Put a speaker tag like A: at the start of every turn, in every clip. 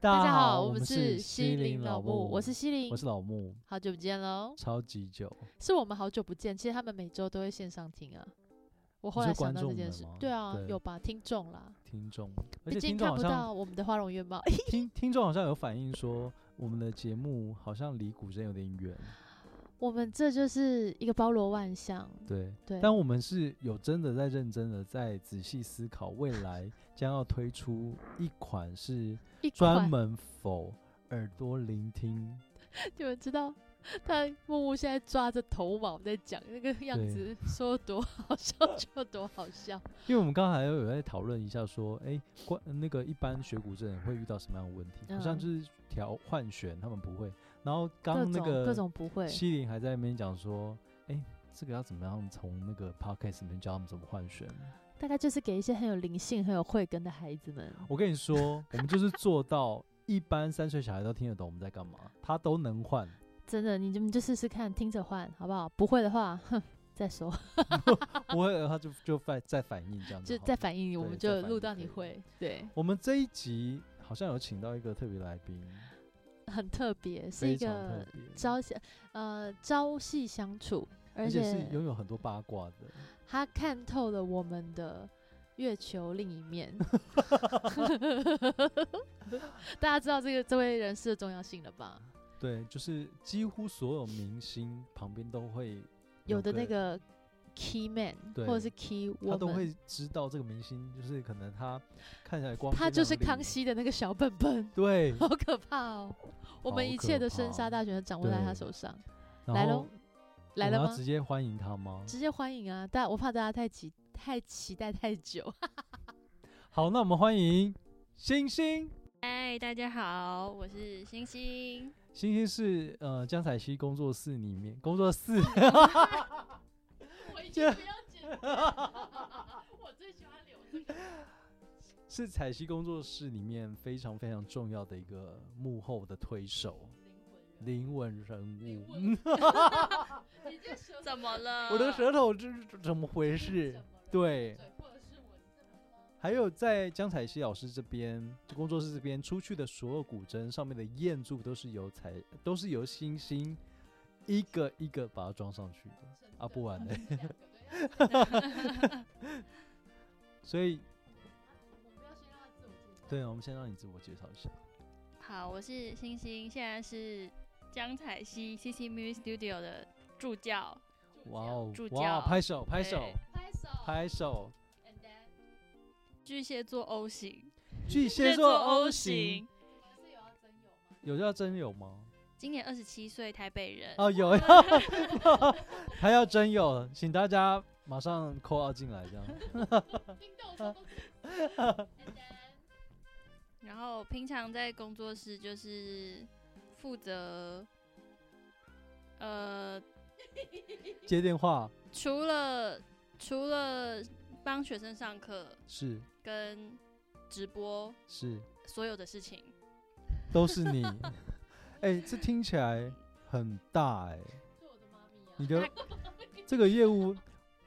A: 大
B: 家好，
A: 我
B: 们
A: 是
B: 西林老木，我是西林
A: 我，是老木，
B: 好久不见喽，
A: 超级久，
B: 是我们好久不见。其实他们每周都会线上听啊，我后
A: 你
B: 来
A: 说观
B: 想到这
A: 众
B: 件
A: 们
B: 事
A: 吗，
B: 对啊，
A: 对
B: 有吧？听众啦，
A: 听众，而
B: 毕
A: 且
B: 竟
A: 听众好
B: 看不
A: 像
B: 到我们的花容月貌。
A: 听听众好像有反映说，我们的节目好像离古筝有点远，
B: 我们这就是一个包罗万象，
A: 对，
B: 对
A: 但我们是有真的在认真的在仔细思考，未来将要推出一款是
B: 一
A: 专
B: 款
A: 门否耳朵聆听，
B: 你们知道，他木木现在抓着头毛在讲那个样
A: 对
B: 子，说多好笑 就有多好笑。
A: 因为我们刚才有在讨论一下说，哎、关那个一般学古筝会遇到什么样的问题？好像
B: 嗯
A: 就是调换弦他们不会，然后
B: 各
A: 刚那
B: 种
A: 个
B: 各种不会，
A: 西林还在那边讲说，哎、这个要怎么样从那个 podcast 里面教他们怎么换弦？
B: 大概就是给一些很有灵性、很有慧根的孩子们。
A: 我跟你 说，我们就是做到一般三岁小孩都听得懂我们在干嘛，他都能 换。
B: 真的，你们就试试看，听着换好不好？不会的话，哼，再说，
A: 不会的话就就反再反应这样子
B: 就
A: 嗯好了。
B: 再反应你，我
A: 对
B: 们
A: 再
B: 就
A: 反
B: 录
A: 应
B: 到
A: 可
B: 你
A: 以
B: 会。对，
A: 我们这一集好像有请到一个特别来宾，
B: 很特别，是
A: 非
B: 一
A: 常
B: 个
A: 特别，
B: 朝相呃朝夕相处，而
A: 而且是
B: 且
A: 拥有很多八卦的。
B: 他看透了我们的月球另一 面。 大家知道这个这位人士的重要性了吧？
A: 对，就是几乎所有明星旁边都会
B: 有的那，个 key man
A: 对
B: 或者是 key
A: 他都
B: woman，
A: 会知道这个明星，就是可能他看起来光
B: 他
A: 鲜
B: 就是
A: 亮丽
B: 康。熙的那个小本本，
A: 对，
B: 好可怕哦！我
A: 好
B: 们一
A: 可
B: 切的
A: 怕哦
B: 生杀大权都掌握在他
A: 对
B: 手上。
A: 然
B: 来
A: 后
B: 咯
A: 我
B: 来
A: 们
B: 了
A: 要
B: 吗？
A: 直接欢迎他吗？
B: 直接欢迎啊！但我怕大家太期太期待太久。
A: 好，那我们欢迎星星。
C: 嗨，大家好，我是星星。
A: 星星是呃江采溪工作室里面工作室，
B: 我已
A: 经
B: 不要剪， 我最喜欢留这个。
A: 是采溪工作室里面非常非常重要的一个幕后的推手，灵魂人物。嗯
B: 你这舌
C: 怎么了？
A: 我的舌头这是怎么回事？对，还有在江采溪老师这边，就工作室这边出去的所有古筝上面的燕柱都是由采，都是由星星一个一个把它装上去的啊，不玩 的。所以，对，我们先让你自我介绍一下。
C: 好，我是星星，现在是江采溪 CC Music Studio 的助教。
A: 哇哦
C: 助，
A: 哇，
C: 教
A: 拍手，拍手，
C: 对
B: 拍手，
A: 拍手！
C: 巨蟹座 O 型，
A: 巨蟹座 O 型，有叫真有吗？
C: 今年二十七岁，台北人。
A: 哦，有， 还要真有，请大家马上 call out 进来，这样。
C: 然后平常在工作室就是负责，呃，
A: 接电话
C: 除了除了帮学生上课
A: 是
C: 跟直播
A: 是，
C: 所有的事情，
A: 都是你。 哎，这听起来很大哎，
B: 啊
A: 你 的这个业务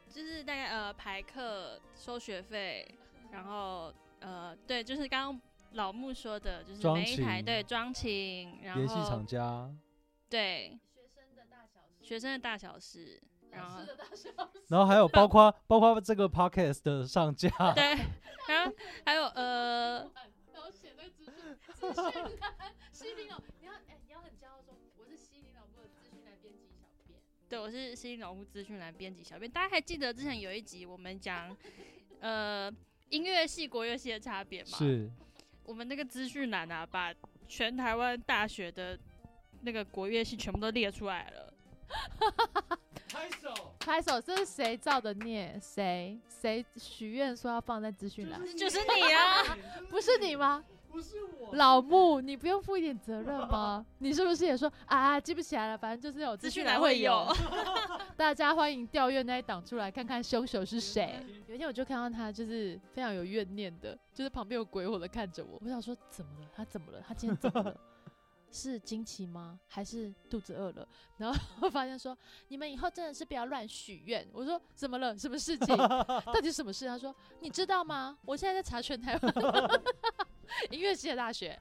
C: 就是大概呃排课、收学费，然后呃对，就是刚刚老木说的，就是
A: 装
C: 每一台
A: 琴
C: 对装琴，然
A: 联系
C: 后
A: 厂家，
C: 对学生的大小事，然后
A: 然后还有包 括包括这个 podcast 的上架，
C: 对，然后还有呃
B: 然后写那个资讯 资讯栏，西林老，你要哎、你要很骄傲说我是西林老部的资讯栏编辑小编。
C: 对，我是新农户资讯栏编辑小编，大家还记得之前有一集我们讲呃音乐系、国乐系的差别吗？
A: 是
C: 我们那个资讯栏啊，把全台湾大学的那个国乐系全部都列出来了。
A: 拍手。
B: 拍手，这是谁造的孽？谁谁许愿说要放在资讯栏？
C: 就是你啊！
B: 不是你吗？
A: 不是我
B: 老木，你不用负一点责任吗？你是不是也说啊记不起来了？反正就是有
C: 资
B: 讯
C: 讯
B: 栏
C: 栏会有
B: 有，大家欢迎调阅那一档出来看看凶手是谁。有一天我就看到他就是非常有怨念的，就是旁边有鬼火的看着我，我想说怎么了？他怎么了？他今天怎么 了？是惊奇吗？还是肚子饿 了？然后我发现说，你们以后真的是不要乱许愿。我说怎么了？什么 事情？到底什么事？他说 你知道吗？我现在在查全台湾音乐系的大学。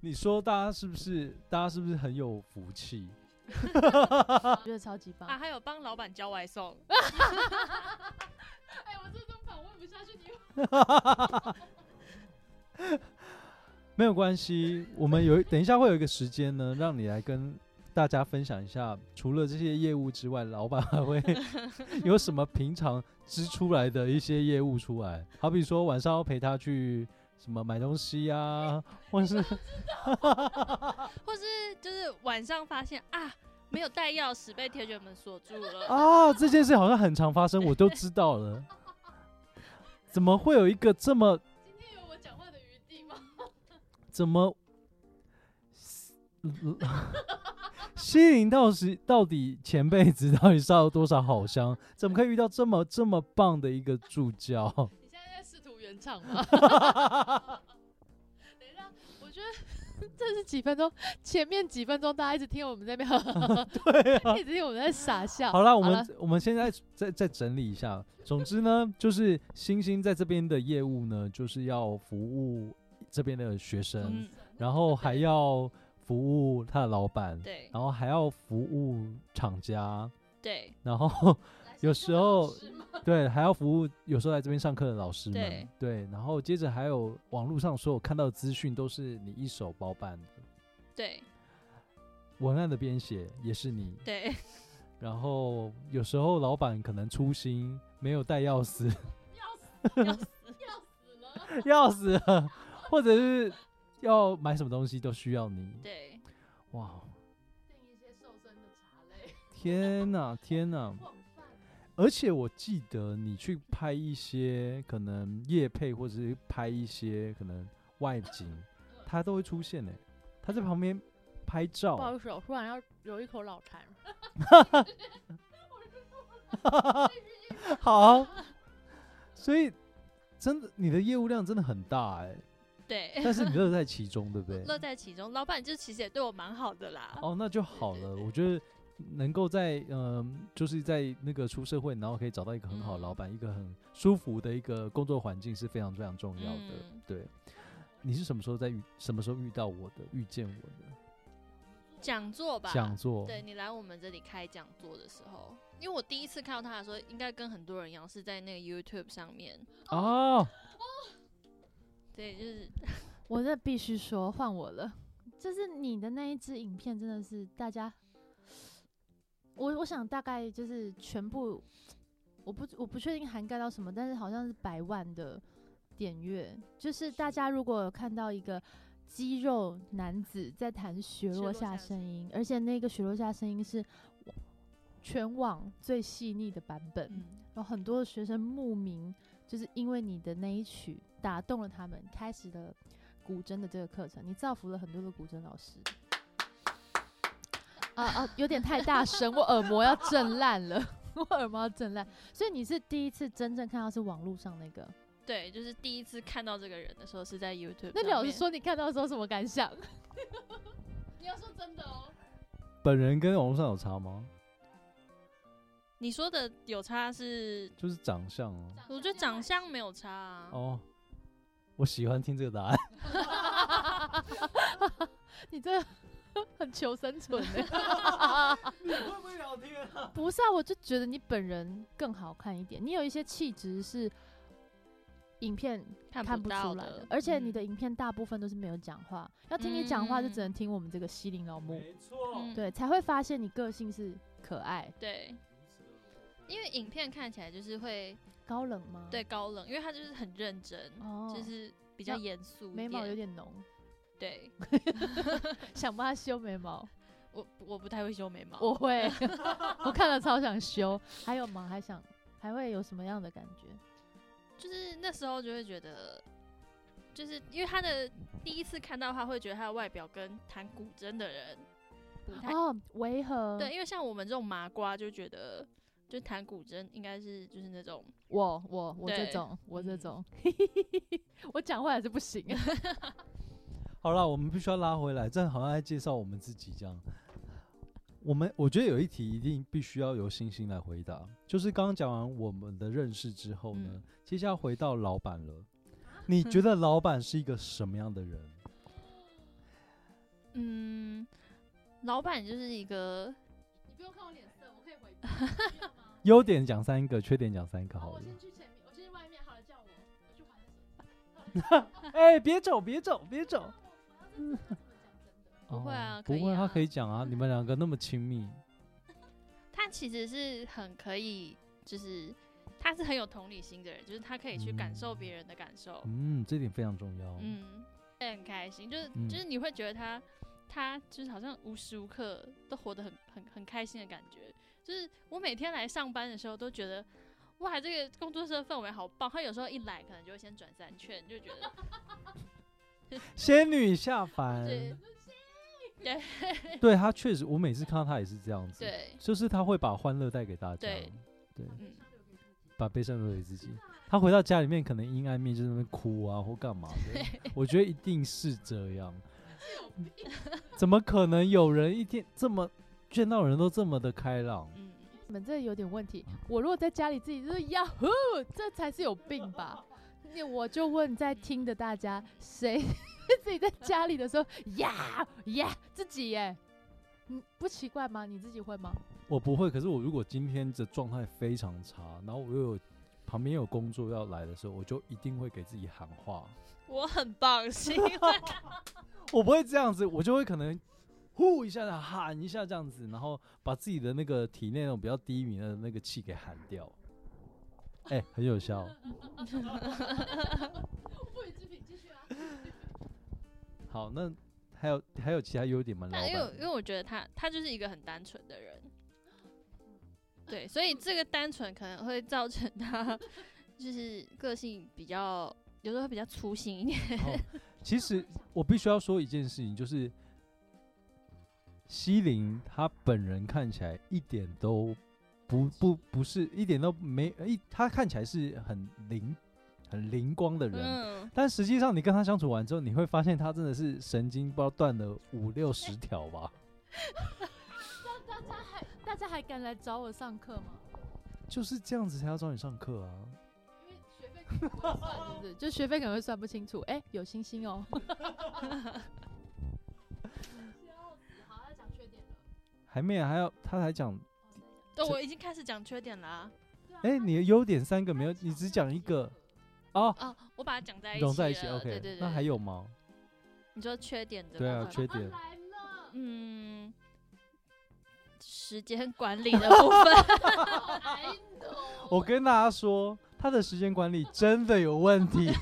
A: 你说大家是不是大家是不是很有福气？
B: 我觉得超级棒。
C: 啊，还有帮老板叫外送，
B: 哎，我这都访问不下去，你
A: 没有关系，我们有等一下会有一个时间呢，让你来跟大家分享一下，除了这些业务之外，老板还会有什么平常支出来的一些业务出来，好比说晚上要陪他去什么买东西啊，或是
C: 或是就是晚上发现啊没有带钥匙被铁卷门锁住了，
A: 啊，这件事好像很常发生，我都知道了。怎么会有一个这么
B: 今天有我讲话的余地吗？
A: 怎么吸引到时到底前辈子到底烧了多少好香？怎么可以遇到这么这么棒的一个助教？
B: 你现在在试图原唱 吗？等一下，我觉得这是几分钟，前面几分钟大家一直听我们在那边，
A: 对啊，
B: 一直听我们在傻笑。
A: 好啦，我
B: 好
A: 们
B: 啦
A: 我们现在再再整理一下。总之呢，就是星星在这边的业务呢，就是要服务这边的学生，
C: 嗯，
A: 然后还要服务他的老板，
C: 对
A: 然后还要服务厂家，
C: 对
A: 然后有时候对，还要服务有时候来这边上课的老师们，
C: 对
A: 然后接着还有网络上所有看到的资讯都是你一手包办的，
C: 对
A: 文案的编写也是你，
C: 对，
A: 然后有时候老板可能粗心没有带钥匙， 钥匙了或者是要买什么东西都需要你，
C: 对，
A: 哇，
B: 订一些瘦身的茶类，
A: 天哪，天哪！
B: 广泛。
A: 而且我记得你去拍一些可能夜配，或者是拍一些可能外 景，他都会出现呢、他在旁边拍
B: 不
A: 照，
B: 好意思，我突然要有一口老痰。
A: 好，所以真的你的业务量真的很大 哎、
C: 对，
A: 但是你乐在其中，对不对？
C: 乐在其中。老板就其实也对我蛮好的啦。
A: 哦，那就好了。我觉得能够在嗯、就是在那个出社会，然后可以找到一个很
C: 嗯
A: 好的老板，一个很舒服的一个工作环境是非常非常重要的。
C: 嗯
A: 对，你是什么时候在遇什么时候遇到我的，遇见我的
C: 讲座吧，
A: 讲座？
C: 对你来我们这里开讲座的时候，因为我第一次看到他的时候，应该跟很多人一样是在那个 YouTube 上面，
A: 哦，
C: 对，就是
B: 我这必须说，换我了。就是你的那一支影片，真的是大家，我我想大概就是全部，我不我不确定涵盖到什么，但是好像是百万的点阅。就是大家如果有看到一个肌肉男子在弹雪
C: 雪
B: 落
C: 落
B: 下
C: 下
B: 声
C: 声
B: 音，而且那个雪落下声音是全网最细腻的版本。
C: 嗯，
B: 有很多学生慕名，就是因为你的那一曲打动了他们，开始了古筝的这个课程，你造福了很多的古筝老师。啊啊，有点太大声，我耳膜要震烂了， 我耳膜要震烂。所以你是第一次真正看到是网络上那个，
C: 对，就是第一次看到这个人的时候是在 YouTube 上面。
B: 那你老师说你看到的时候什么感想？ 你要说真的哦，
A: 本人跟网络上有差吗？
C: 你说的有差是，
A: 就是长相哦。
C: 我觉得长相没有差啊。
A: 哦，我喜欢听这个答案。
B: 你这 很求生存欸呢、
A: 你会不会聊天啊？
B: 不是啊，我就觉得你本人更好看一点，你有一些气质是影片
C: 看
B: 看
C: 不
B: 不
C: 到
B: 出来的
C: 的，
B: 而且你的
C: 嗯
B: 影片大部分都是没有讲话，要听你讲话就只
C: 嗯
B: 能听我们这个西林老木，
A: 错
C: 嗯
B: 对，才会发现你个性是可爱、
C: 对，因为影片看起来就是会
B: 高冷吗？
C: 对，高冷，因为他就是很认真，
B: 哦，
C: 就是比较
B: 那
C: 严肃一点，
B: 眉毛有点浓，
C: 对
B: 想帮他修眉毛，
C: 我我不太会修眉毛，
B: 我 会，我看了超想修。还有吗？还想还会有什么样的感觉？
C: 就是那时候就会觉得，就是因为他的第一次看到他，会觉得他的外表跟弹古筝的人不太、
B: 哦，违和，
C: 对，，因为像我们这种麻瓜就觉得，就弹古筝应该是就是那种
B: 我我我这
C: 对
B: 种我这
C: 嗯
B: 种， 我讲话还是不行。
A: 好了，我们必须要拉回来，这样好像在介绍我们自己这样。我们我觉得有一题一定必须要由星星来回答，就是刚刚讲完我们的认识之后呢，
C: 嗯
A: 接下来回到老板了。你觉得老板是一个什么样的人？
C: 嗯，老板就是一个
B: 你不用看我脸色，我可以回
A: 优点讲三个，缺点讲三个
B: 好，
A: 好了
B: 哦我。先去前面，我先去外面，好了，叫我，我去划手机。
A: 哎，别走，别走，别走。
C: 不会啊
A: 哦
C: 可
A: 不
C: 以
A: 会，他
C: 啊
A: 可以讲 啊。你们两个那么亲密，
C: 他其实是很可以，就是他是很有同理心的人，就是他可以去感受别人的感受，
A: 嗯，这点非常重要。
C: 嗯，会很开心，就是、
A: 嗯
C: 就是你会觉得他他就是好像无时无刻都活得很很很开心的感觉，就是我每天来上班的时候都觉得。哇，这个工作室的氛围好棒！他有时候一来，可能就会先转三圈，就觉得
A: 仙女下凡，
C: 对
A: 对他确实，我每次看到他也是这样子。，
C: 对，
A: 就是他会把欢乐带给大家，
C: 对
A: 对
C: 嗯，
A: 把悲伤留给自己。他回到家里面，可能阴暗面就在那边哭啊，或干嘛的。我觉得一定是这 样。怎么可能有人一天这么见到人都这么的开朗？
C: 嗯，
B: 你们这有点问题。我如果在家里自己就是呀呼，这才是有病 吧？你我就问在听的大家，谁 自己在家里的时候呀呀自己耶？你不奇怪吗？你自己 会吗？
A: 我不会，可是我如果今天的状态非常差，然后我又有旁边有工作要来的时候，我就一定会给自己喊话。
C: 我很棒， 是因为
A: 我不会这样子，我就会可能呼一下的喊一下这样子，然后把自己的那个体内那种比较低迷的那个气给喊掉。哎、很有效。
B: 不予置评，继续啊。
A: 好，那还有还有其他优点吗？老
C: 但因为我因为
A: 板，
C: 我觉得他他就是一个很单纯的人，嗯对，所以这个单纯可能会造成他 就是个性比较有时候会比较粗心一点。
A: 其实我必须要说一件事情，就是西林他本人看起来一点都不不不是一点都没一，他看起来是很灵很灵光的人，
C: 嗯，
A: 但实际上，你跟他相处完之后，你会发现他真的是神经不知道断了五六十条 吧。
B: 大家还大家还敢来找我上课吗？
A: 就是这样子才要找你上课啊！
B: 因为学费可能不会算，是不 是？就学费可能会算不清楚。哎、有星星 哦。好，要讲缺点了。
A: 还没啊有，还要他还讲，
C: 对，啊我已经开始讲缺点啦、
A: 哎、你的优点三个没有，你只讲一个哦，
C: 哦，我把它讲在一起
A: 融
C: 了，
A: 在一起。
C: 对
A: OK，
C: 对对。
A: 那还有吗？
C: 你说缺点的
A: 对啊
C: 部分
A: 缺点
B: 来了。
C: 嗯，时间管理的部分，
B: I know
A: 我跟大家说，他的时间管理真的有问题。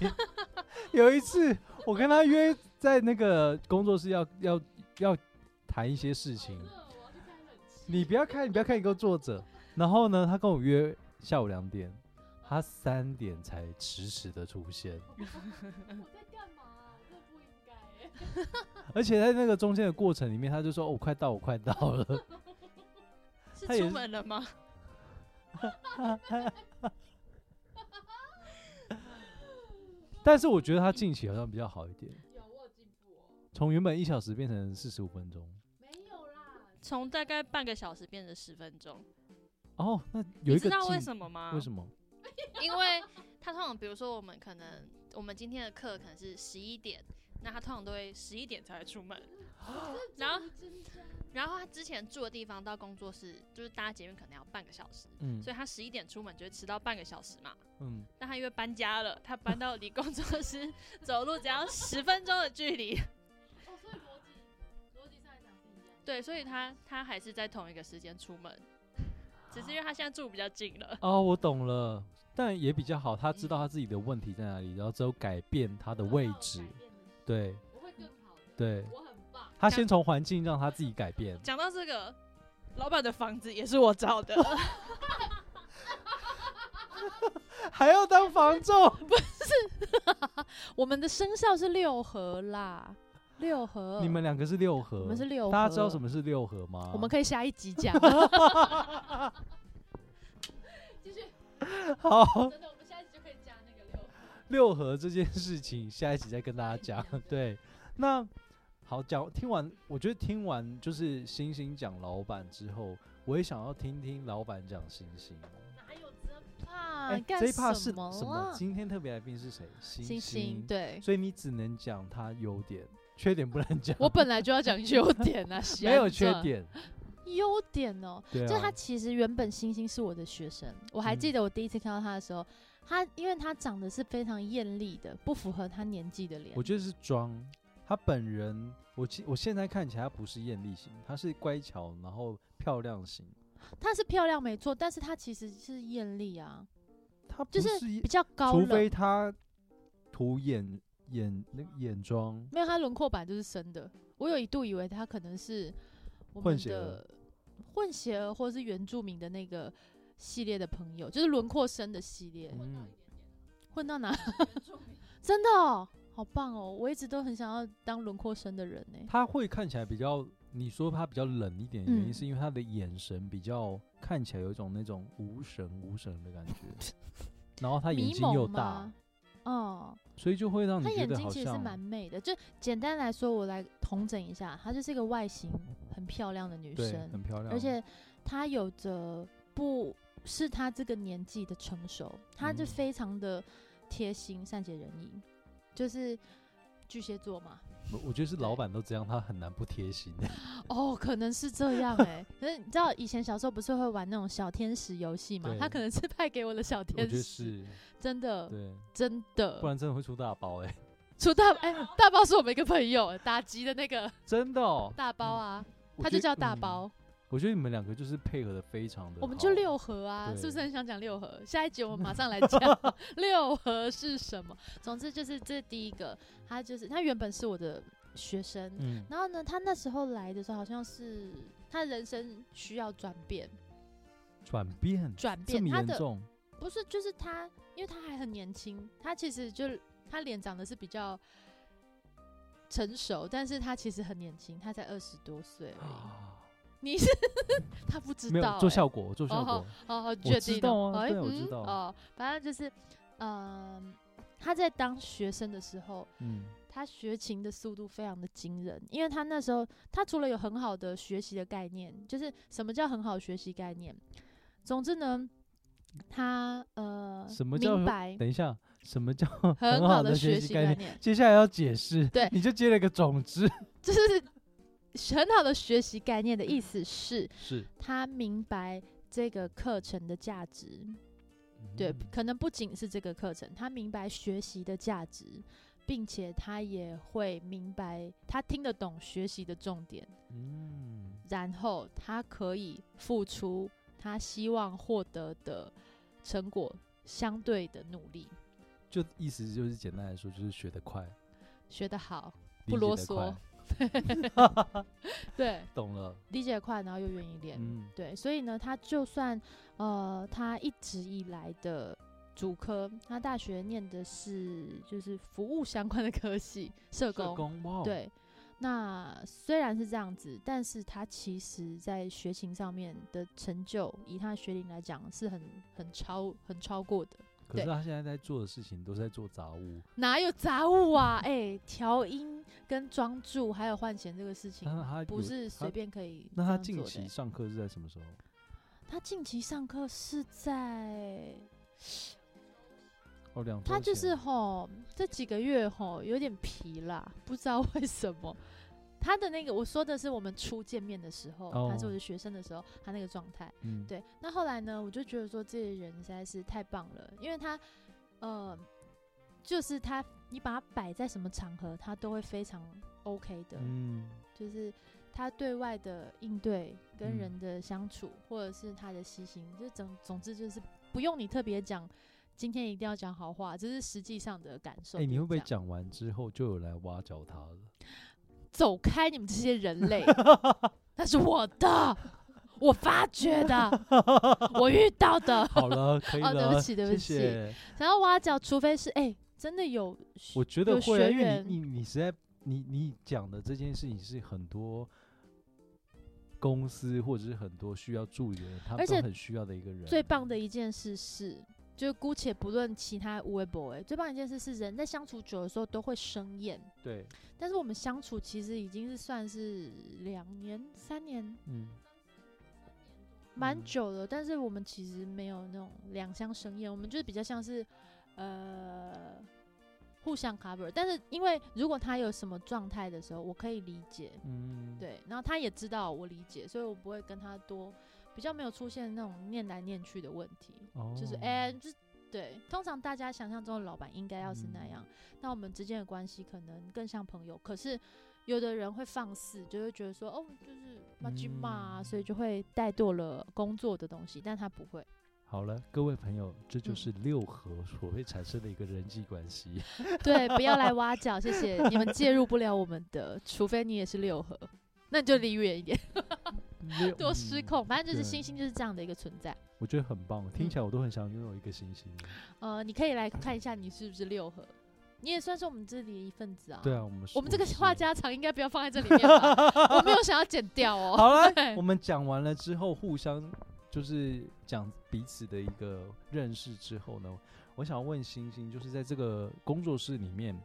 A: 有一次，我跟他约在那个工作室要要要谈一些事情，你不要看，你不要看，你给我坐着。然后呢，他跟我约下午两点，他三点才迟迟的出现，
B: 我在干嘛啊？这不应该欸。
A: 而且在那个中间的过程里面，他就说：“哦，我快到，我快到了。
C: 是
A: 他也
C: 出
A: 是”
C: 门了吗？
A: 但是我觉得他近期好像比较好一点，从原本一小时变成四十五分钟。
C: 从大概半个小时变成十分钟，
A: 哦，那有一
C: 你
A: 个
C: 知道为
A: 进
C: 什么吗？
A: 为什么？
C: 因为他通常，比如说我们可能我们今天的课可能是十一点，那他通常都会十一点才会出门， 然后然后他之前住的地方到工作室就是搭捷运可能要半个小时，
A: 嗯
C: 所以他十一点出门就会迟到半个小时嘛。
A: 嗯，
C: 但他因为搬家了，他搬到离工作室走路只要十分钟的距离，
B: 哦，所以逻辑逻辑上来讲是一样。
C: 对，所以他他还是在同一个时间出门，只是因为他现在住比较近了。
A: 哦，我懂了，但也比较好，他
B: 嗯
A: 知道他自己的问题在哪里，然后之后改变他
B: 哦
A: 的位置。对
B: 我会更好的，
A: 对，
B: 我很棒。
A: 他先从环境让他自己改 变。
C: 讲到这个，老板的房子也是我找的。
A: 还要当房 仲，
B: 我们的生肖是六合啦，六合。
A: 你们两个是六合，
B: 我们是六合
A: 大家知道什么是六合吗？
B: 我们可以下一集讲。 继续，
A: 好
B: 真的，我们下一集就可以加那个六。
A: 六合这件事情，下一集再跟大家讲。 对，那好讲听完，我觉得听完就是星星讲老板之后，我也想要听听老板讲星星。
B: 哪有这怕？
A: 哎
B: 啊干
A: 这一趴是
B: 什
A: 什
B: 么啊
A: 么？今天特别来宾是谁？星
B: 星星，对，
A: 所以你只能讲他优点，缺点不能讲，
B: 我本来就要讲优点 啊，喜
A: 没
B: 爱
A: 有
B: 你知
A: 缺
B: 道，
A: 点，
B: 优点哦、
A: 对
B: 就他
A: 啊，
B: 其实原本星星是我的学生，我还记
A: 嗯
B: 得我第一次看到他的时候，他因为他长得是非常艳丽的，不符合他年纪的脸
A: 我。觉得是装。他本人，我其我现在看起来他不是艳丽型，他是乖巧然后漂亮型。
B: 她是漂亮没错，但是她其实是艳丽啊，
A: 他不
B: 就是是
A: 一
B: 比较高
A: 除
B: 冷。
A: 非他涂眼眼那个眼妆，
B: 没有，她轮廓版就是深的。我有一度以为她可能是我
A: 混
B: 们
A: 血儿
B: 的混血儿或者是原住民的那个系列的朋友，就是轮廓深的系列。
A: 嗯，
B: 混到哪？ 真的、哦，好棒哦！我一直都很想要当轮廓深的人欸呢、
A: 他会看起来比较，你说他比较冷一点，原因
B: 嗯
A: 是因为他的眼神比较看起来有一种那种无神无神的感 觉，然后他眼
B: 迷
A: 睛又
B: 蒙
A: 大
B: 吗，？哦，
A: 所以就会让你
B: 她
A: 觉
B: 眼
A: 得
B: 睛
A: 好
B: 其实是蛮
A: 像
B: 美的。就简单来说，我来统整一下，她就是一个外形很漂亮的女
A: 对啊
B: 生，
A: 很漂亮，
B: 而且她有着不是她这个年纪的成熟，她就
A: 嗯
B: 非常的贴心、善解人意，就是巨蟹座嘛。
A: 我我觉得是老
B: 对
A: 板都这样，他很难不贴 心。
B: 哦，可能是这样 哎、可是你知道以前小时候不是会玩那种小天使游戏吗
A: 对？
B: 她可能是派给我的小
A: 我
B: 天
A: 觉得
B: 使，
A: 是
B: 真的
A: 对，
B: 真的
A: 不。然真的会出大包哎、
B: 除大哎、大包是我们一个朋友打击的那个
A: 真的、哦，
B: 大包啊，
A: 我
B: 他
A: 觉
B: 就
A: 得
B: 叫大
A: 嗯
B: 包。
A: 我觉得你们两个就是配合的非常的，
B: 我们就六，合啊，
A: 对
B: 是不是很想讲六合？下一集我们马上来 讲六合是什么。总之就是这第一个，他就是他原本是我的学生，
A: 嗯，
B: 然后呢，他那时候来的时候好像是他人生需要转变，
A: 转变
B: 转
A: 这
B: 变
A: 么
B: 他
A: 严
B: 的
A: 重，
B: 不是就是他，因为他还很年轻，他其实就他脸长得是比较成熟，但是他其实很年轻，他才二十多岁而已。你是他不知
A: 啊没
B: 道、
A: 有
B: 欸、
A: 做效果，做效
B: 哦
A: 果，
B: 哦，好决
A: 知
B: 定
A: 道
B: 哦
A: 啊
B: 哎
A: 对我知
B: 嗯
A: 道
B: 哦，反正就是，嗯，他在当学生的时候，
A: 嗯，
B: 他学琴的速度非常的惊人，因为他那时候他除了有很好的学习的概念，就是什么叫很好的学习概念，总之呢，他呃
A: 什么叫
B: 明白
A: 等一下，什么叫
B: 很
A: 好
B: 的
A: 学
B: 习
A: 概
B: 概
A: 念？
B: 念，
A: 接下来要解释，
B: 对
A: 你就接了一个种子，
B: 就是很好的学习概念的意思是，
A: 是
B: 他明白这个课程的价值，
A: 嗯
B: 对，可能不仅是这个课程，他明白学习的价值，并且他也会明白，他听得懂学习的重点，
A: 嗯，
B: 然后他可以付出他希望获得的成果相对的努力，
A: 就意思就是简单来说，就是学得快，
B: 学得好，
A: 理
B: 不
A: 解
B: 啰
A: 得
B: 嗦
A: 快，
B: 对，
A: 懂了，
B: 理解得快，然后又愿意练，
A: 嗯，
B: 对，所以呢，他就算呃，他一直以来的主科，他大学念的是就是服务相关的科系，社工。
A: 社工哇，，哦
B: 对，那虽然是这样子，但是他其实在学琴上面的成就，以他的学龄来讲，是很很超很超过的。
A: 可是
B: 对
A: 他现在在做的事情都是在做杂物，
B: 哪有杂物啊？哎、调音跟装住还有换弦这个事情
A: 但，是他
B: 不
A: 啊有
B: 是随
A: 他
B: 便可以
A: 那
B: 这
A: 他
B: 样
A: 近
B: 做的
A: 期
B: 欸
A: 上课是在什么时候？
B: 他近期上课是在，
A: 哦，两周
B: 他就
A: 前
B: 是吼这几个月吼有点疲啦，不知道 为什么。他的那个我说的是我们初见面的时候，他是
A: 哦
B: 我的学生的时候，他那个状态。
A: 嗯，
B: 对，那后来呢，我就觉得说这个人实在是太棒了，因为他，呃，就是他，你把他摆在什么场合，他都会非常 OK 的，
A: 嗯，
B: 就是他对外的应对、跟
A: 嗯
B: 人的相处，或者是他的细心，就总总之就是不用你特别讲，今天一定要讲好话，这是实际上的感受。
A: 哎、你会不会
B: 讲
A: 讲完之后就有来挖角他 了？
B: 走开，你们这些人 类，那是我的，我发掘的，我遇 到的。
A: 好了，可以
B: 哦
A: 了，
B: 对不起对不
A: 谢
B: 起
A: 谢
B: 想要挖角，除非是哎、真的有学，
A: 我觉得
B: 有
A: 会啊，
B: 学
A: 因为
B: 员
A: 你你你实在你你讲的这件事情是很多公司或者是很多需要助理的人，他们都
B: 而且
A: 很需要的一个人。
B: 最棒的一件事是，就是姑且不论其他无为 boy，最棒的一件事是人在相处久的时候都会生厌，
A: 对，
B: 但是我们相处其实已经是算是两年、三年，
A: 嗯，
B: 蛮
A: 嗯
B: 久了，但是我们其实没有那种两相生厌，我们就是比较像是呃互相 cover。但是因为如果他有什么状态的时候，我可以理解，
A: 嗯，
B: 对，然后他也知道我理解，所以我不会跟他多，比较没有出现那种念来念去的问题，
A: 哦，
B: 就是哎、就是对，通常大家想象中的老板应该要是
A: 嗯
B: 那样，那我们之间的关系可能更像朋友，可是。有的人会放肆，就会觉得说，哦，就是嘛鸡嘛啊，
A: 嗯
B: 所以就会带堕了工作的东西，但他不会。
A: 好了，各位朋友，这就
B: 嗯
A: 是六合所会产生的一个人际关系。
B: 对，不 要来挖角，谢谢你们介入不了我们的，除非你也是六合，那你就离远一点，
A: 六
B: 多失控。反正就是
A: 嗯对
B: 星星就是这样的一个存在。
A: 我觉得很棒，听起来我都很想拥有一个星星。
B: 呃，你可以来看一下你是不是六合，你也算是我们这里的一份子啊。
A: 对，啊，我们是
B: 我们这个
A: 是
B: 话家常应该不要放在这里面 吧？我没有想要剪掉哦。
A: 好了
B: 对，
A: 我们讲完了之后，互相就是讲彼此的一个认识之后呢，我想问星星，就是在这个工作室里面，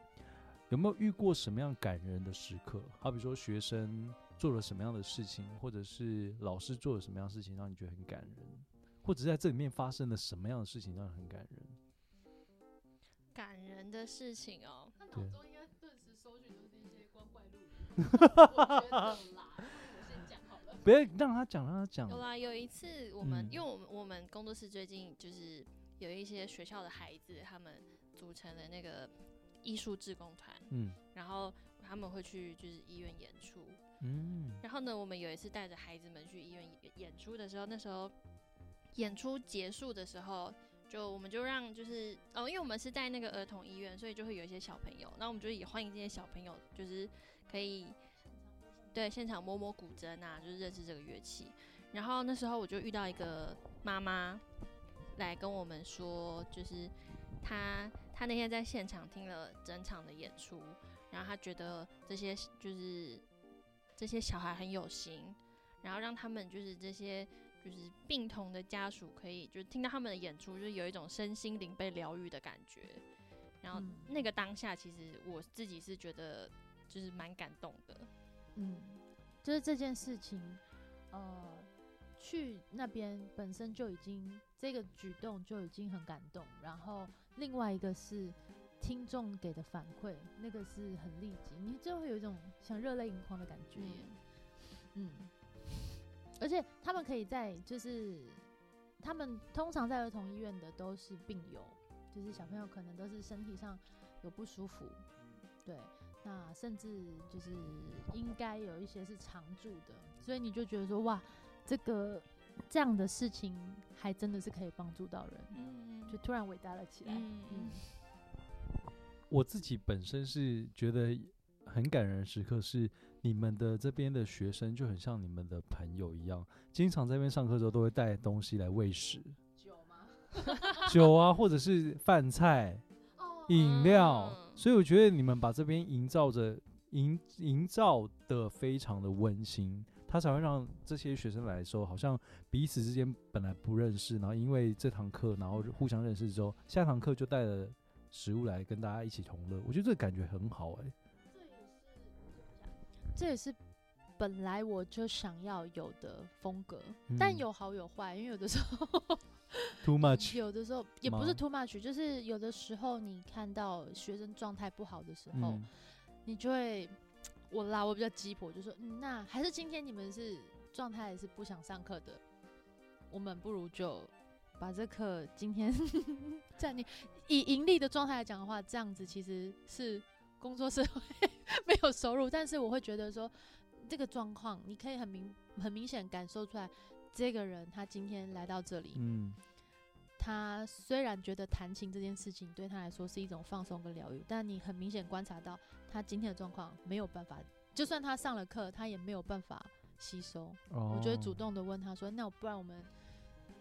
A: 有没有遇过什么样感人的时刻？好比说学生做了什么样的事情，或者是老师做了什么样的事情，让你觉得很感人，或者是在这里面发生了什么样的事情让你很感人？
C: 感人的事情哦。
A: 对， 不要让他讲，让他讲
C: 有。啦，有一次我们，
A: 嗯
C: 因为我们我们工作室最近就是有一些学校的孩子，他们组成了那个艺术志工团，
A: 嗯
C: 然后他们会去就是医院演出。
A: 嗯
C: 然后呢，我们有一次带着孩子们去医院演演出的时候，那时候演出结束的时候，就我们就让就是哦，因为我们是在那个儿童医院，所以就会有一些小朋友，那我们就也欢迎这些小朋友，就是可以对现场摸摸古筝啊，就是认识这个乐器。然后那时候我就遇到一个妈妈来跟我们说，就是她她那天在现场听了整场的演出，然后她觉得这些就是这些小孩很有心，然后让他们就是这些就是病童的家属可以就是听到他们的演出，就是有一种身心灵被疗愈的感觉。然后
B: 嗯
C: 那个当下，其实我自己是觉得就是蛮感动的。
B: 嗯，就是这件事情，呃，去那边本身就已经这个举动就已经很感动，然后另外一个是听众给的反馈，那个是很立即，你就会有一种想热泪盈眶的感觉耶。嗯，而且他们可以在就是他们通常在儿童医院的都是病友，就是小朋友可能都是身体上有不舒服，对，那甚至就是应该有一些是常住的，所以你就觉得说哇，这个这样的事情还真的是可以帮助到人，
C: 嗯
B: 就突然伟大了起来。嗯
C: 嗯，
A: 我自己本身是觉得很感人的时刻是你们的这边的学生就很像你们的朋友一样，经常在那边上课的时候都会带东西来喂食，酒啊，或者是饭菜、
C: 嗯
A: 饮料，
B: 嗯
A: 所以我觉得你们把这边营造着营营造的非常的温馨。它才会让这些学生来的时候，好像彼此之间本来不认识，然后因为这堂课，然后互相认识之后，下堂课就带了食物来跟大家一起同乐。我觉得这个感觉很好哎、
B: 这也是本来我就想要有的风格，
A: 嗯
B: 但有好有坏，因为有的时候
A: Too much，
B: 有的时候也不是
A: 忙
B: too much，就是有的时候你看到学生状态不好的时候，
A: 嗯，
B: 你就会我啦，我比较鸡婆，就说、嗯、那还是今天你们是状态是不想上课的，我们不如就把这课今天 在你以盈利的状态来讲的话，这样子其实是工作社会 没有收入，但是我会觉得说这个状况，你可以很明很明显感受出来，这个人他今天来到这里，
A: 嗯，
B: 他虽然觉得弹琴这件事情对他来说是一种放松跟疗愈，但你很明显观察到他今天的状况没有办法，就算他上了课，他也没有办法吸收。
A: 哦
B: 我就会主动的问他说：“那不然我们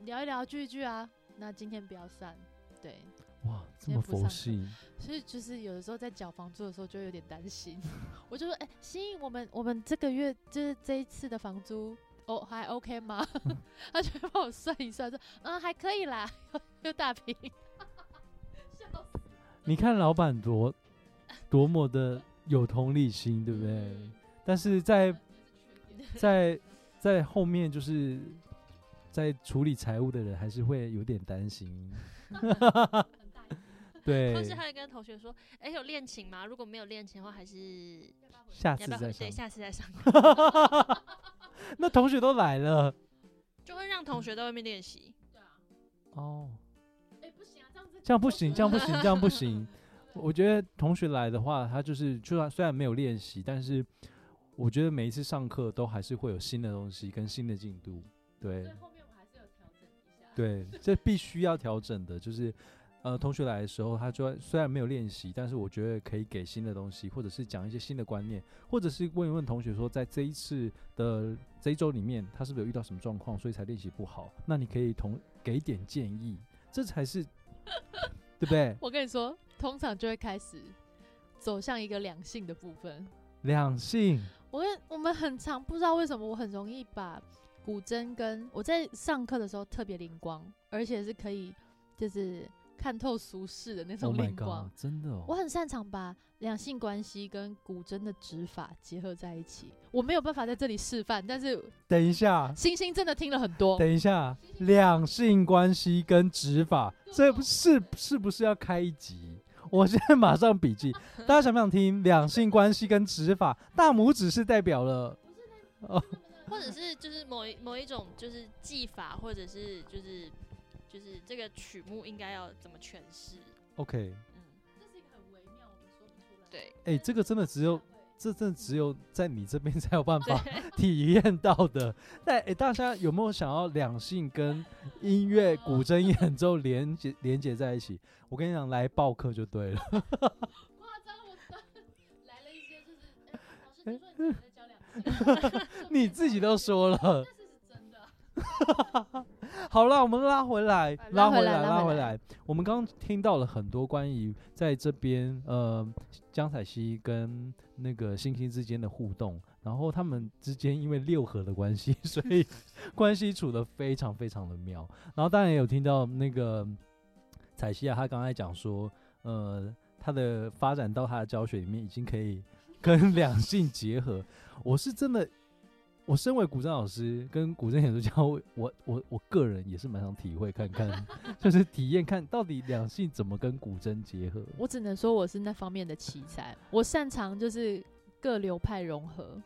B: 聊一聊，聚一聚啊？那今天不要算。”对，
A: 哇，这
B: 今天
A: 么
B: 不
A: 佛
B: 上课
A: 系，
B: 所以就是有的时候在缴房租的时候就有点担心， 我就说：“哎、欣，我们我们这个月就是这一次的房租。”哦，还 OK 吗？ 他就会帮我算一算，说，嗯，还可以啦， 又大平。
A: 你看老板多多么的有同理心，对不对？
B: 嗯
A: 但是在 在在后面就是 在处理财务的人还是会有点担心。对
C: 或，是他会跟同学说，哎、有练琴吗？如果没有练琴的话，还是
A: 下
C: 要
A: 次
C: 不要
A: 再
C: 回
A: 上
C: 对，。下次再上，
A: 那同学都来了
C: 就会让同学在外面练习。
A: 哦，
B: 哎，不行啊，这样子
A: 这样不行，这样不行，这样不 行。我觉得同学来的话，他就是就算虽然没有练习，但是我觉得每一次上课都还是会有新的东西跟新的进度。对
B: 所以后面我还是有调整一下。
A: 对，这必须要调整的，就是呃，同学来的时候，他就虽然没有练习，但是我觉得可以给新的东西，或者是讲一些新的观念，或者是问一问同学说，在这一次的这一周里面，他是不是有遇到什么状况，所以才练习不好？那你可以同给点建议，这才是对不对？
B: 我跟你说，通常就会开始走向一个良性的部分。
A: 两性。
B: 我们我们很常不知道为什么我很容易把古筝跟我在上课的时候特别灵光，而且是可以就是看透俗世的那
A: Oh
B: 种
A: my
B: 灵光。
A: god！真的、哦，
B: 我很擅长把两性关系跟古筝的指法结合在一起。我没有办法在这里示范，但是
A: 等一下，
B: 星星真的听了很多。
A: 等一下，两性关系跟执法，这不是是不是要开一集？我现在马上笔记，大家想不想听两性关系跟执法？大拇指是代表了哦，
C: 或者是就是某一某一种就是技法，或者是就是就是这个曲目应该要怎么诠释？
A: OK，
C: 嗯，
B: 这是一个很微妙，我们说不出来。
C: 对
A: 哎、这个真的只有这真的只有在你这边才有办法 体验到的。那哎、大家有没有想要两性跟音乐古筝演奏连接连接在一起？我跟你讲，来报课就对了。
B: 夸张，我 刚来了一些就是，哎老师听 说你在教两性，
A: 你自己都说了。
B: 这 是真的。
A: 好啦，我们拉回来，
B: 啊拉
A: 回
B: 回来拉
A: 拉
B: 回
A: 回
B: 来
A: 来。我们刚刚听到了很多关于在这边呃江采曦跟那个星星之间的互动，然后他们之间因为六合的关系， 所以关系处的非常非常的妙。然后当然也有听到那个采曦啊，她刚才讲说，呃，她的发展到她的教学里面已经可以 跟两性结合。我是真的，我身为古筝老师跟古筝演奏家，我我我我个人也是蛮想体会看 看，就是体验看到底两性怎么跟古筝结合。
B: 我只能说我是那方面的奇才，我擅长就是各流派融合。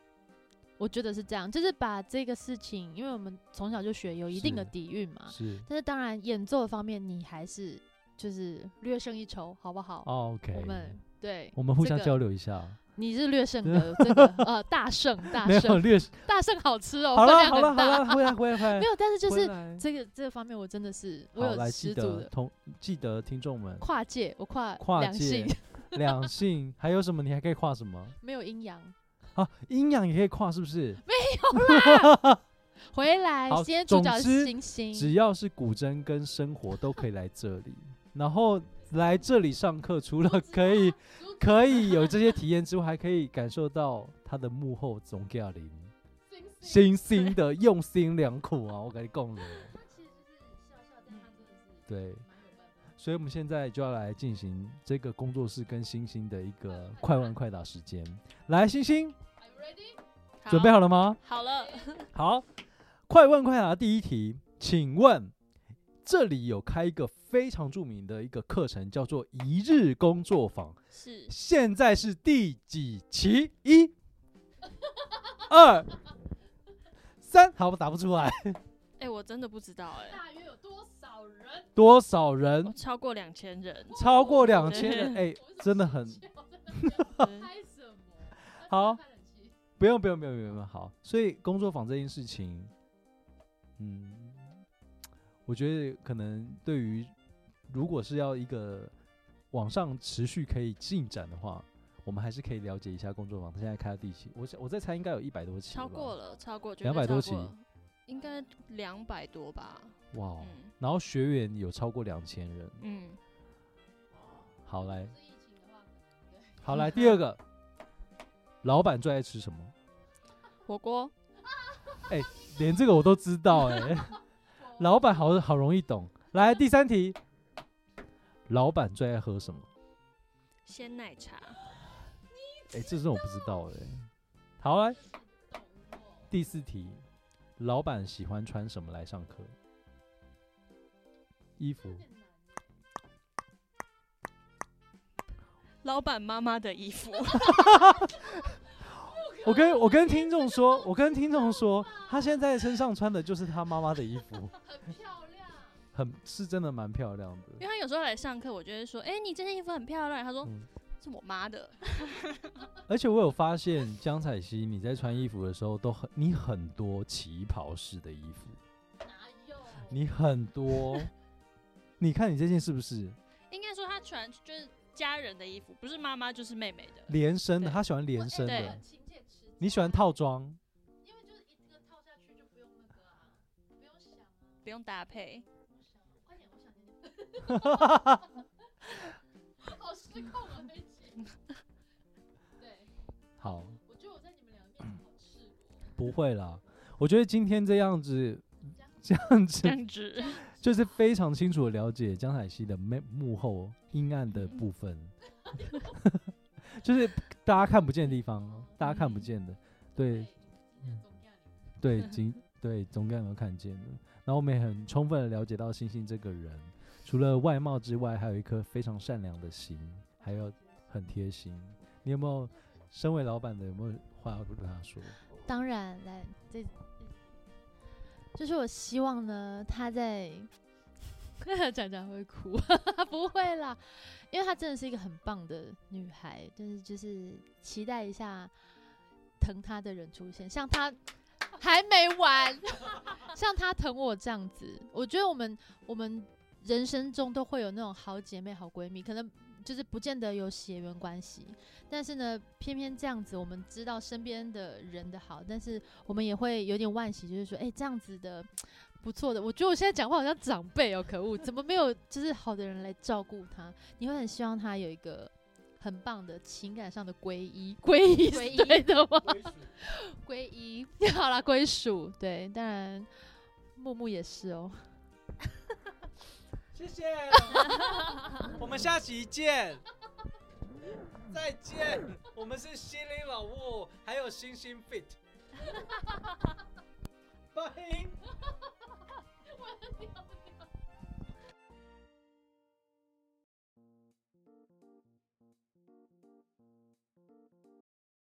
B: 我觉得是这样，就是把这个事情，因为我们从小就学有一定的
A: 是
B: 底蕴嘛，
A: 是
B: 但是当然演奏的方面你还是就是略胜一筹，好不好？
A: 哦，OK，
B: 我们对
A: 我们互
B: 这
A: 相
B: 个
A: 交流一下，哦
B: 你是略胜的，这个 呃大胜大
A: 没有
B: 胜
A: 略。
B: 大胜好吃哦，
A: 好
B: 分
A: 了
B: 量
A: 好了
B: 很
A: 好
B: 大。
A: 了，回来回来回来
B: 没，有，但是就
A: 回
B: 是
A: 来
B: 这个这个方面我真的是我
A: 好
B: 有
A: 来
B: 十
A: 记
B: 足
A: 得
B: 的
A: 同记得听众 们
B: 跨界，我跨
A: 跨
B: 两
A: 界
B: 性
A: 两性还有什么？你还可以跨什么？
B: 没有阴阳。
A: 啊，阴阳也可以跨，是不是？
B: 回来，
A: 好
B: 今天主角
A: 总之
B: 是星星，
A: 只要是古筝跟生活都可以来这里，然后来这里上课，除了可以可以有这些体验之外，还可以感受到他的幕后总驾临，精心的用心良苦啊！我跟你讲了，对。所以我们现在就要来进行这个工作室跟星星的一个快问快答时间。来，星星，准备好了吗？
C: 好了，
A: 好，快问快答第一题，请问这里有开一个非常著名的一个课程，叫做一日工作坊，
C: 是
A: 现在是第几期？一、二、三，好，我答不出来，
C: 哎、我真的不知道哎、
B: 大约有多少人？
A: 多少人
C: 我？超过两千人，
A: 超过两千人，哎、真的很，
C: 对
B: 拍什么？
A: 好，不用不用不用不用不用，好，所以工作坊这件事情，嗯，我觉得可能对于如果是要一个往上持续可以进展的话，我们还是可以了解一下工作坊它现在开到第几期，我想我在猜应该有一百多期，
C: 超过，了，超过绝对
A: 200多
C: 超过
A: 集
C: 应该两百多吧，
A: 哇、哦！
C: 嗯
A: 然后学员有超过两千人，
C: 嗯，
A: 好来，好来，第二个，老板最爱吃什么？
C: 火锅
A: 连这个我都知道哎、老板好好容易懂。来第三题，老板最爱喝什么？
C: 鲜奶茶，
A: 哎、这是我不知道哎、好来，第四题，老板喜欢穿什么来上课？衣服。
C: 老板妈妈的衣服，
A: 我跟我跟听众说，我跟听众说，他现在身上穿的就是他妈妈的衣服，
B: 很漂亮。
A: 很是真的蛮漂亮
C: 因为
A: 的。
C: 他有时候来上课，我就会说，哎、你这件衣服很漂亮。他说
A: 嗯，
C: 是我妈的，
A: 而且我有发现，江彩希你在穿衣服的时候都很，你很多旗袍式的衣服，你很 多。你看你这件是不是
C: 应该说他穿就是家人的衣服，不是妈妈就是妹妹的。
A: 连身的？
C: 对
A: 他喜欢连身
C: 对
A: 的，你喜欢套装。
B: 啊
C: 不用搭配，
B: 好失控啊！这一集。 对，
A: 好，
B: 我觉得我在你们两个面前好赤裸。
A: 不会啦。我觉得今天这样子，这样子
C: 这样子。
A: 就是非常清楚的了解江海希的幕幕后阴暗的部分，就是大家看不见的地方，大家看不见的，对
B: 哎
A: 对，今对总干都看见了。然后我们也很充分的了解到星星这个人，除了外貌之外，还有一颗非常善良的心，还有很贴心。你有没有身为老板的有没有话要跟他说？
B: 当然，来这，就是我希望呢，他在 讲讲会哭， 不会啦，因为她真的是一个很棒的女孩，就是就是期待一下疼她的人出现，像她还没完， 像她疼我这样子，我觉得我们我们人生中都会有那种好姐妹、好闺蜜，可能就是不见得有血缘关系，但是呢，偏偏这样子，我们知道身边的人的好，但是我们也会有点惋惜，就是说，哎、这样子的不错的，我觉得我现在讲话好像长辈哦，可恶，怎么没有就是好的人来照顾他？你会很希望他有一个很棒的情感上的皈依， 皈依
C: 皈
B: 是
C: 依
B: 对的吗？ 皈依，好啦，归属，对，当然木木也是哦。
A: 谢谢，我们下期见，再见。我们是心灵老物，还有星星 fit，拜。